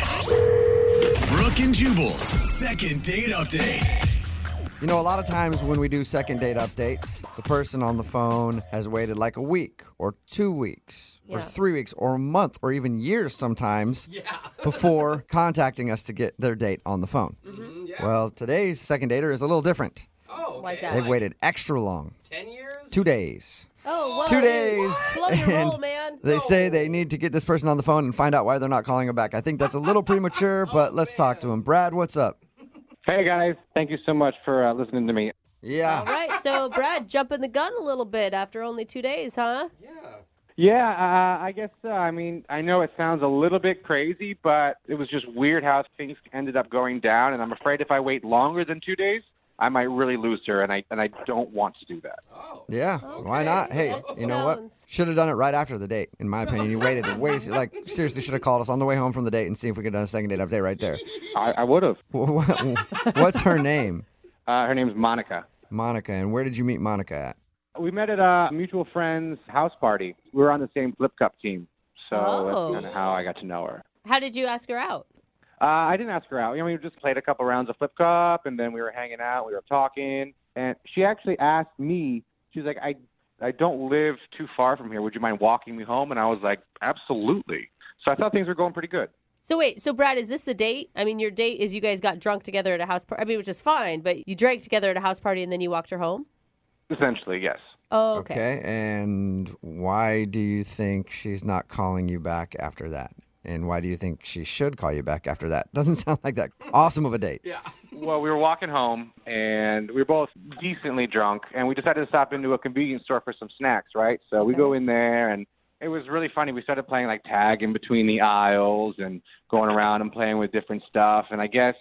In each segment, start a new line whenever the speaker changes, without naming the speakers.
92.5. Brooke and Jubal's second date update.
You know, a lot of times when we do second date updates, the person on the phone has waited like a week or two weeks or
Yeah.
three weeks or a month or even years sometimes before contacting us to get their date on the phone. Well, today's second dater is a little different.
Oh,
Why is
okay.
that?
They've waited extra long
10 years?
two days.
Oh, whoa.
Two days.
Slow your roll, man.
They say they need to get this person on the phone and find out why they're not calling them back. I think that's a little premature, but let's talk to him. Brad, what's up?
Hey guys, thank you so much for uh, listening to me.
Yeah.
All right, so Brad, jumping the gun a little bit after only two days, huh?
Yeah, uh, I guess uh, I mean I know it sounds a little bit crazy, but it was just weird how things ended up going down, and I'm afraid if I wait longer than two days, I might really lose her, and I and I don't want to do that.
Oh.
Yeah, why
Okay,
not? Hey,
that
you know what?
sounds-
Should have done it right after the date, in my opinion. You waited way, like, seriously, should have called us on the way home from the date and see if we could have done a second date update right there.
I, I would have.
What's her name?
Uh, her name's Monica.
Monica. And where did you meet Monica at?
We met at a mutual friend's house party. We were on the same Flip Cup team, so
Oh.
that's kind of how I got to know her.
How did you ask her out?
Uh, I didn't ask her out. You know, we just played a couple rounds of flip cup, and then we were hanging out. We were talking, and she actually asked me. She was like, "I, I don't live too far from here. Would you mind walking me home?" And I was like, "Absolutely." So I thought things were going pretty good.
So wait, so Brad, is this the date? I mean, your date is you guys got drunk together at a house party. I mean, which is fine, but you drank together at a house party and then you walked her home.
Essentially, yes.
Oh, okay.
And why do you think she's not calling you back after that? And why do you think she should call you back after that? Doesn't sound like that awesome of a date.
Yeah.
Well, we were walking home, and we were both decently drunk, and we decided to stop into a convenience store for some snacks, right? So we go in there, and it was really funny. We started playing like tag in between the aisles and going around and playing with different stuff. And I guess,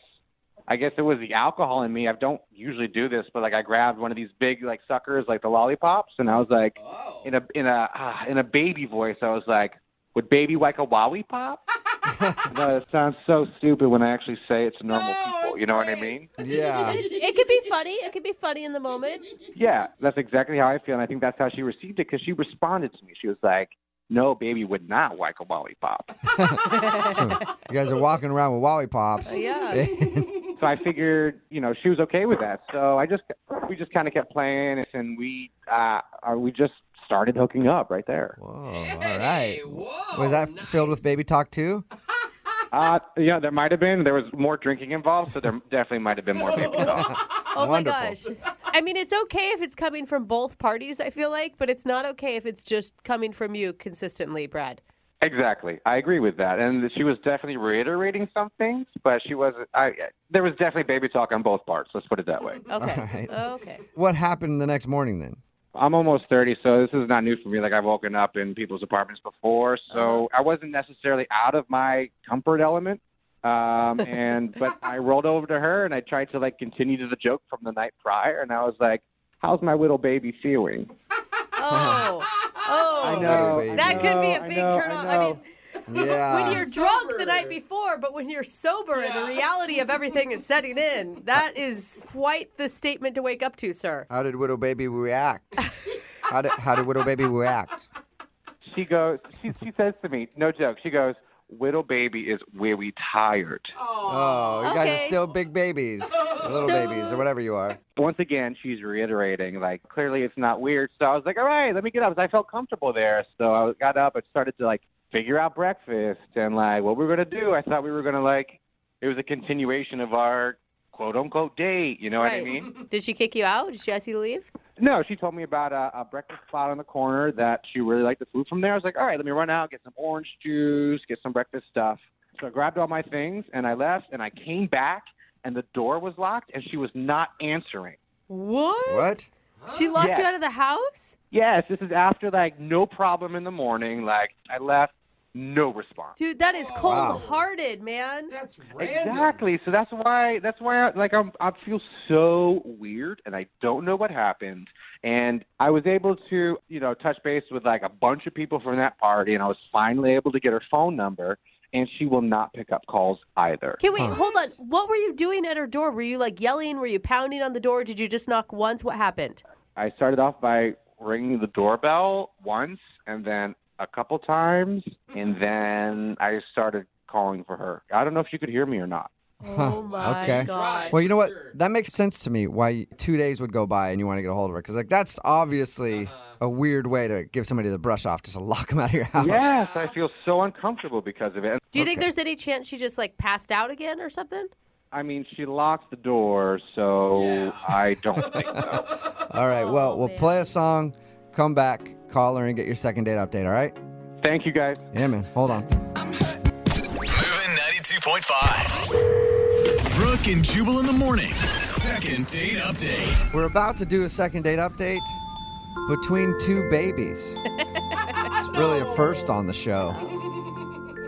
I guess it was the alcohol in me. I don't usually do this, but like I grabbed one of these big like suckers, like the lollipops, and I was like,
Oh.
in a in a ah, in a baby voice, I was like, "Would baby like a wowie pop?" no, it sounds so stupid when I actually say it to normal
No,
people.
it's
You know what I
great.
mean?
Yeah.
It's- it could be funny. It could be funny in the moment.
Yeah, that's exactly how I feel, and I think that's how she received it because she responded to me. She was like, "No, baby would not like a lollipop."
You guys are walking around with Wally Pops.
Yeah.
so I figured, you know, she was okay with that. So I just we just kind of kept playing, and we uh, uh, we just started hooking up right there.
Whoa. All right.
Hey, whoa,
Was that filled with baby talk too?
Uh, yeah, there might have been there was more drinking involved, so there definitely might have been more baby involved.
Oh
Wonderful.
my gosh. I mean, it's okay if it's coming from both parties, I feel like, but it's not okay if it's just coming from you consistently, Brad.
Exactly, I agree with that, and she was definitely reiterating some things, but she wasn't. I there was definitely baby talk on both parts. Let's put it that way.
Okay.
right.
Okay.
What happened the next morning then?
I'm almost 30, so this is not new for me. Like I've woken up in people's apartments before, so I wasn't necessarily out of my comfort element. Um, and but I rolled over to her and I tried to like continue to the joke from the night prior, and I was like, "How's my little baby feeling?"
Oh. Oh.
I know
baby. Uh,
I
That could be a
know,
big
know,
turn off. I
know.
mean,
Yeah.
when you're drunk the night
Sober.
before, but when you're sober and the reality of everything is setting in, that is quite the statement to wake up to, sir.
How did Widow Baby react? How did, how did Widow Baby react?
she goes, she she says to me, "No joke." She goes, "Little baby is very tired."
Oh, you guys are
Okay.
still big babies, or little
So-
babies, or whatever you are.
once again, she's reiterating, like, clearly it's not weird. So I was like, all right, let me get up. 'cause I felt comfortable there. So I got up and started to, like, figure out breakfast and, like, what we were going to do. I thought we were going to, like, it was a continuation of our quote unquote date. You know what I
Right.
mean?
Did she kick you out? Did she ask you to leave?
No, she told me about a, a breakfast spot on the corner that she really liked the food from there. I was like, all right, let me run out, get some orange juice, get some breakfast stuff. So I grabbed all my things and I left and I came back and the door was locked and she was not answering.
What?
What?
She locked you
Yeah.
out of the house?
Yes, this is after like no problem in the morning. Like I left, no response.
Dude, that is
Wow.
cold hearted, man.
That's random.
Exactly. So that's why that's why I, like I'm I feel so weird and I don't know what happened. And I was able to you know touch base with like a bunch of people from that party, and I was finally able to get her phone number. And she will not pick up calls either.
Okay, wait, hold on. What were you doing at her door? Were you like yelling? Were you pounding on the door? Did you just knock once? What happened?
I started off by ringing the doorbell once, and then a couple times, and then I started calling for her. I don't know if you could hear me or not.
Oh my
okay.
god.
Well, you know what?
Sure.
That makes sense to me. Why two days would go by and you want to get a hold of her? Because like that's obviously
Uh-huh.
a weird way to give somebody the brush off, just to lock them out of your house.
Yes, I feel so uncomfortable because of it. And,
Do you think there's any chance she just like passed out again or something?
I mean, she locked the door, so I don't think so.
All right. Well,
Oh,
we'll
man.
play a song, come back, call her, and get your second date update. All right?
Thank you guys.
Yeah, man. Hold on.
Moving 92.5. Brooke and Jubal in the mornings. Second date update.
We're about to do a second date update between two babies. it's really a first on the show.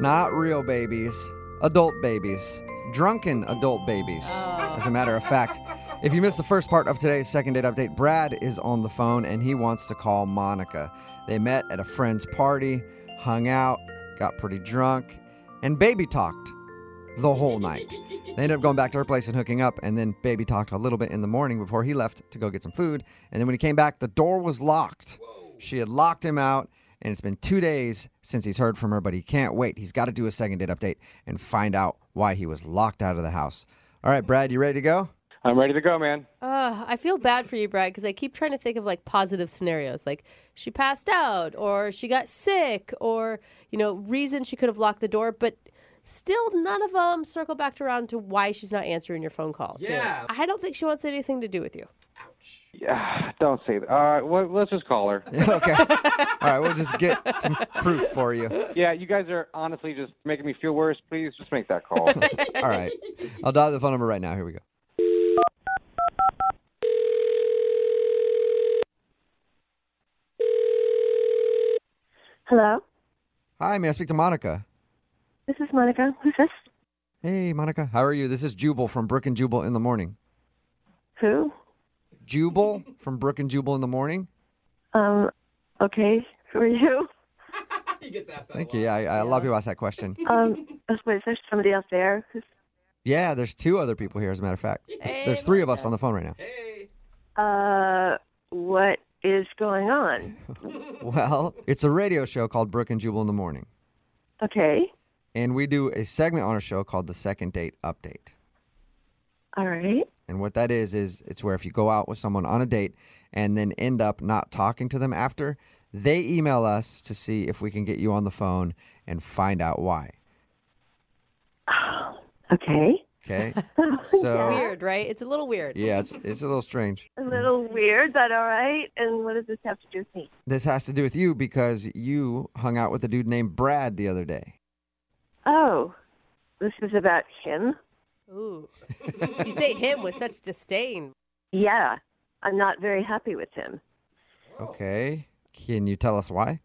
Not real babies, adult babies, drunken adult babies. As a matter of fact, if you missed the first part of today's second date update, Brad is on the phone and he wants to call Monica. They met at a friend's party, hung out, got pretty drunk, and baby talked the whole night. They ended up going back to her place and hooking up, and then baby talked a little bit in the morning before he left to go get some food. And then when he came back, the door was locked. She had locked him out, and it's been two days since he's heard from her, but he can't wait. He's got to do a second date update and find out why he was locked out of the house. All right, Brad, you ready to go?
I'm ready to go, man.
Uh, I feel bad for you, Brad, because I keep trying to think of like positive scenarios, like she passed out, or she got sick, or you know, reason she could have locked the door, but still none of them circle back around to why she's not answering your phone call. too.
Yeah.
I don't think she wants anything to do with you.
Yeah, don't say that. All right, well, let's just call her.
okay. All right, we'll just get some proof for you.
Yeah, you guys are honestly just making me feel worse. Please just make that call.
All right. I'll dial the phone number right now. Here we go.
Hello,
Hi, may I speak to Monica?
this is Monica. Who's this?
Hey, Monica. How are you? This is Jubal from Brook and Jubal in the morning.
Who?
Jubal from Brook and Jubal in the morning.
Um, okay, who are you?
He gets asked that.
Thank you. Yeah, I, I, a lot of people ask that question.
Um, wait, there's somebody else there. Who's,
Yeah, there's two other people here, as a matter of fact. There's- There's three of us on the phone right now.
Hey.
uh, what is going on?
Well, it's a radio show called Brook and Jubal in the Morning,
Okay,
and we do a segment on our show called the Second Date Update.
all right.
And what that is is it's where if you go out with someone on a date and then end up not talking to them after, they email us to see if we can get you on the phone and find out why.
Okay,
Okay. So
Weird, right? It's a little weird.
yeah, it's it's a little strange.
a little weird, but all right. And what does this have to do with me?
This has to do with you because you hung out with a dude named Brad the other day.
Oh, this is about him.
Ooh. you say him with such disdain.
Yeah, I'm not very happy with him
Okay. Can you tell us why?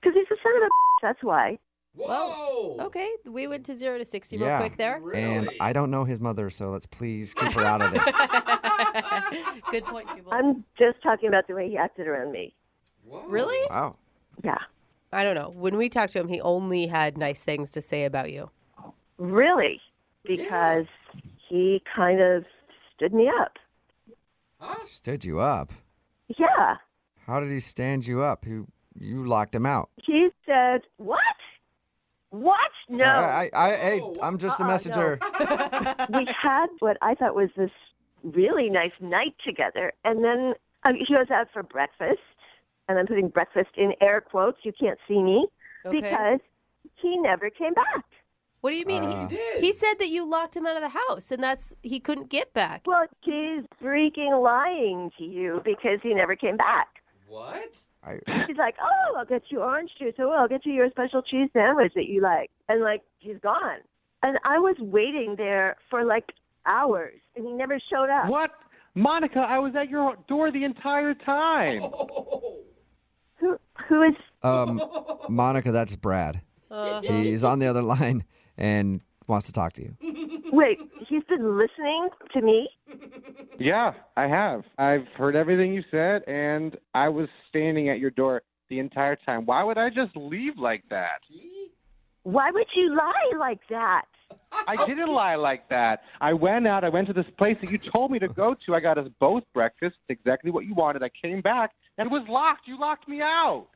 because he's a son of a. That's why.
Whoa.
Okay, we went to zero to sixty
Yeah.
real quick there.
And
Really?
I don't know his mother, so let's please keep her out of this.
Good point, Jubal.
I'm just talking about the way he acted around me.
Whoa.
really?
Wow.
Yeah,
I don't know. When we talked to him, he only had nice things to say about you.
really, because he kind of stood me up.
Huh?
Stood you up.
Yeah.
How did he stand you up? You you locked him out.
He said, What? What? No.
I, I, I hey, I'm just a
Uh-uh,
messenger.
we had what I thought was this really nice night together. And then um, he goes out for breakfast. And I'm putting breakfast in air quotes. You can't see me
Okay.
because he never came back.
What do you mean?
Uh.
he,
did.
he said that you locked him out of the house, and that's he couldn't get back.
Well, he's freaking lying to you because he never came back.
What?
He's like, Oh, I'll get you orange juice. Oh, I'll get you your special cheese sandwich that you like. And like, he's gone. And I was waiting there for like hours and he never showed up.
what? Monica, I was at your door the entire time.
Who who is
Um, Monica, that's Brad.
Uh-huh.
He's on the other line and wants to talk to you.
wait, he's been listening to me?
Yeah, I have. I've heard everything you said, and I was standing at your door the entire time. Why would I just leave like that?
Why would you lie like that?
I didn't lie like that. I went out. I went to this place that you told me to go to. I got us both breakfast, exactly what you wanted. I came back, and it was locked. You locked me out.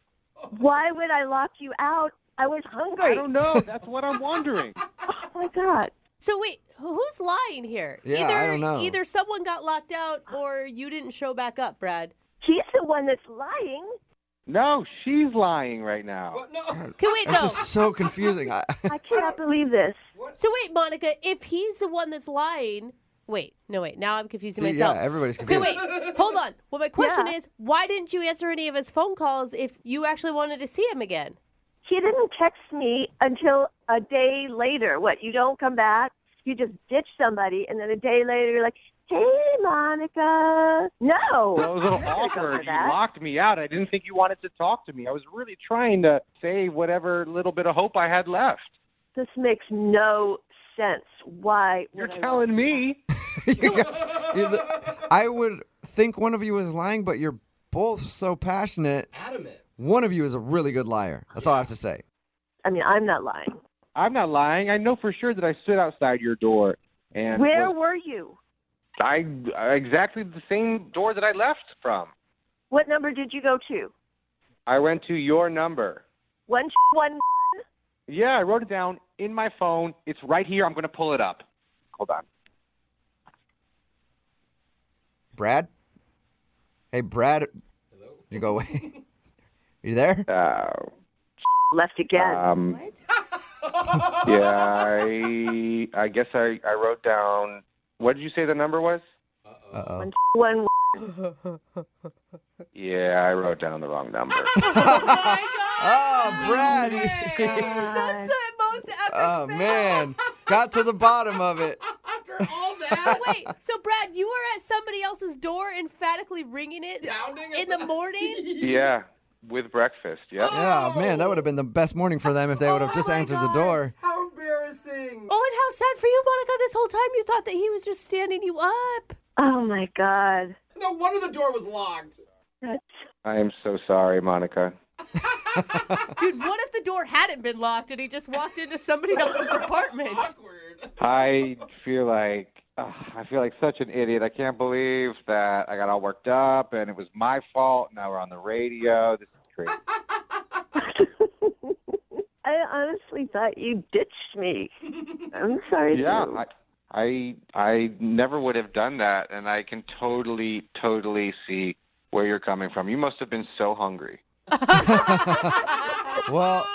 Why would I lock you out? I was hungry.
I don't know. That's what I'm wondering.
Oh my god.
So wait, who's lying here?
Yeah,
either
I don't know.
either someone got locked out or you didn't show back up, Brad.
He's the one that's lying.
No, she's lying right now.
What? No.
Can wait
Uh, This
though.
is so confusing. I,
I cannot believe this.
So wait, Monica, if he's the one that's lying, wait, no wait, now I'm confusing
See, yeah,
myself.
everybody's
Okay,
confused.
wait, hold on. Well, my question
Yeah.
is, why didn't you answer any of his phone calls if you actually wanted to see him again?
He didn't text me until a day later. What? You don't come back. You just ditch somebody, and then a day later you're like, "Hey, Monica." No.
That was a little
I'm not gonna go
awkward.
for
You
that.
locked me out. I didn't think you wanted to talk to me. I was really trying to save whatever little bit of hope I had left.
This makes no sense. Why?
You're
would I
telling me.
You guys- you- the- I would think one of you is lying, but you're both so passionate.
Adamant.
One of you is a really good liar. That's all I have to say.
want- I mean, I'm not lying.
I'm not lying. I know for sure that I stood outside your door. And
Where
was-
were you?
I exactly the same door that I left from.
What number did you go to?
I went to your number.
One one.
Yeah, I wrote it down in my phone. It's right here. I'm going to pull it up. Hold on.
Brad? Hey, Brad.
Hello?
You go away. you there?
Oh,
Uh,
Left again.
um, yeah, I, I guess I, I wrote down. What did you say the number was?
Uh oh.
One one.
Yeah, I wrote down the wrong number.
Oh, Brad. you-
That's the most epic
Oh,
fail.
man. Got to the bottom of it.
After all that,
Oh, Wait, so Brad, you were at somebody else's door emphatically ringing it
Pounding
in
it.
the morning?
yeah, with breakfast. Yep.
Yeah, man, that would have been the best morning for them if they would have just
Oh, my
answered the
gosh.
door.
how embarrassing.
Oh, and how sad for you, Monica. This whole time you thought that he was just standing you up.
Oh my god.
No wonder the door was locked.
That's
I am so sorry, Monica.
Dude, what if the door hadn't been locked and he just walked into somebody else's apartment?
Awkward.
I feel like ugh, I feel like such an idiot. I can't believe that I got all worked up and it was my fault. Now we're on the radio. This is crazy.
I honestly thought you ditched me. I'm sorry.
yeah,
Sue.
I, I I never would have done that, and I can totally totally see where you're coming from. You must have been so hungry.
Well,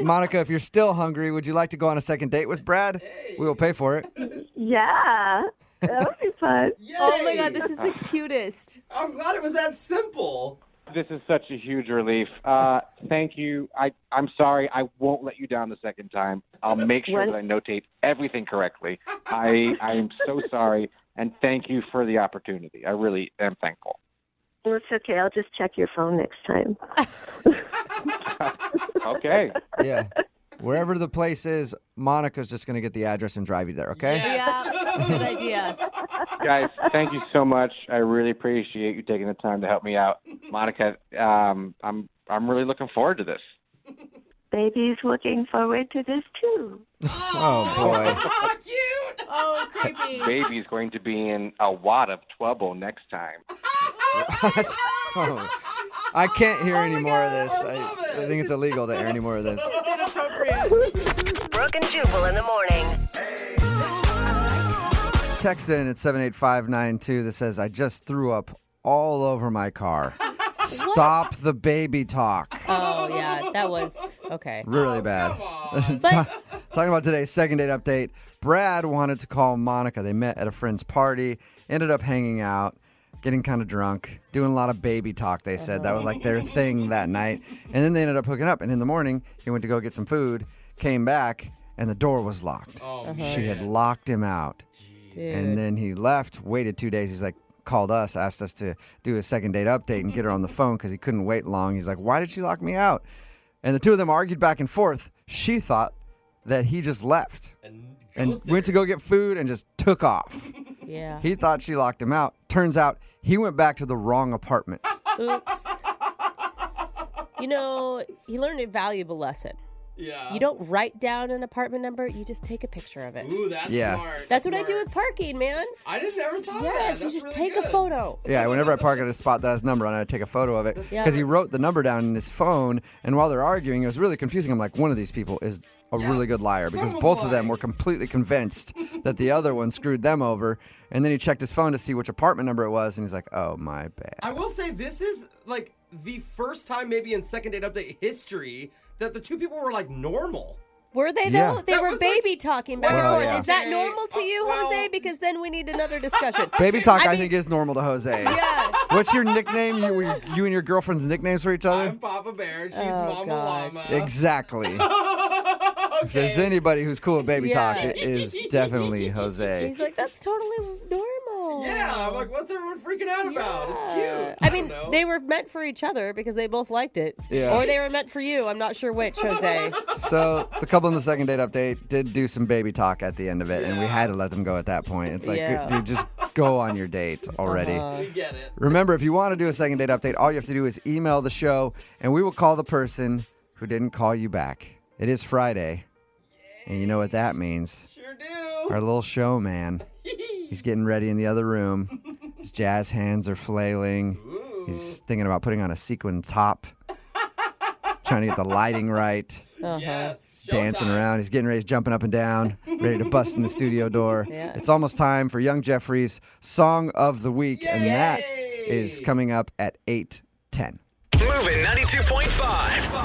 Monica, if you're still hungry, would you like to go on a second date with Brad? We will pay for it.
yeah. That would be fun.
Yay!
Oh my god, this is the cutest.
I'm glad it was that simple.
This is such a huge relief. Uh, thank you. I I'm sorry. I won't let you down the second time. I'll make sure that I notate everything correctly. I I am so sorry, and thank you for the opportunity. I really am thankful.
Well, it's okay. I'll just check your phone next time.
Okay.
Yeah. Wherever the place is, Monica's just going to get the address and drive you there, okay?
Yeah, good idea.
guys thank you so much i really appreciate you taking the time to help me out monica um, i'm i'm really looking forward to this
Baby's looking forward to this too.
Oh, boy.
Ah, cute.
Oh, creepy.
baby's going to be in a wad of trouble next time
Oh. I can't
Oh
hear any more of this. I,
love
I
it.
think it's illegal to hear any more of this.
Brooke and Jubal in the morning.
Text in at 78592 that says, I just threw up all over my car. Stop the baby talk.
Oh yeah, that was okay.
Really bad.
But
Talking about today's second date update, Brad wanted to call Monica. They met at a friend's party, ended up hanging out, getting kind of drunk, doing a lot of baby talk, they said. That was like their thing that night. And then they ended up hooking up. And in the morning, he went to go get some food, came back, and the door was locked.
Oh,
She had locked him out. And then he left, waited two days. He's like, called us, asked us to do a second date update and get her on the phone because he couldn't wait long. He's like, why did she lock me out? And the two of them argued back and forth. She thought that he just left
And,
and
ghosted
went to
her.
go get food and just took off.
yeah.
he thought she locked him out. Turns out he went back to the wrong apartment.
Oops. You know, he learned a valuable lesson.
Yeah.
You don't write down an apartment number, you just take a picture of it.
Ooh, that's
Yeah.
smart.
That's what I do
Smart.
with parking, man.
I didn't ever thought of that.
Yes, you
That's
just
really
take a
good.
photo.
Yeah, whenever I park at a spot that has a number on it, I take a photo of it because
Yeah.
he wrote the number down in his phone. And while they're arguing, it was really confusing. I'm like, one of these people is a really good liar because
Someone's
both of them
lying.
were completely convinced that the other one screwed them over. And then he checked his phone to see which apartment number it was, and he's like, oh my bad.
I will say this is like the first time, maybe in second date update history, that the two people were like normal.
Were they
Yeah.
though? They
That
were
was like-
baby talking back
Well,
and forth.
yeah.
Is that
okay,
normal to
uh,
you,
well-
Jose? Because then we need another discussion.
Baby talk, I,
mean-
think, is normal to Jose.
yeah.
What's your nickname? You, you and your girlfriend's nicknames for each other?
I'm Papa Bear. She's Mama
Uh, oh, gosh.
Llama.
Exactly. If there's anybody who's cool with baby
Yeah.
talk, it is definitely Jose.
He's like, that's totally normal.
Yeah, I'm like, what's everyone freaking out about?
Yeah.
It's cute.
I mean,
don't know.
they were meant for each other because they both liked it.
Yeah.
Or they were meant for you. I'm not sure which, Jose.
So the couple in the second date update did do some baby talk at the end of it, and we had to let them go at that point. It's like,
Yeah. Uh-huh.
dude, just go on your date already.
we get it.
Remember, if you want to do a second date update, all you have to do is email the show, and we will call the person who didn't call you back. It is Friday, and you know what that means.
Sure do.
Our little showman, he's getting ready in the other room. His jazz hands are flailing. He's thinking about putting on a sequin top, trying to get the lighting right
Yes. Showtime.
dancing around. He's getting ready, he's jumping up and down, ready to bust in the studio door.
Yeah.
It's almost time for Young Jeffrey's Song of the Week, and that
Yay!
is coming up at eight ten.
Moving 92.5.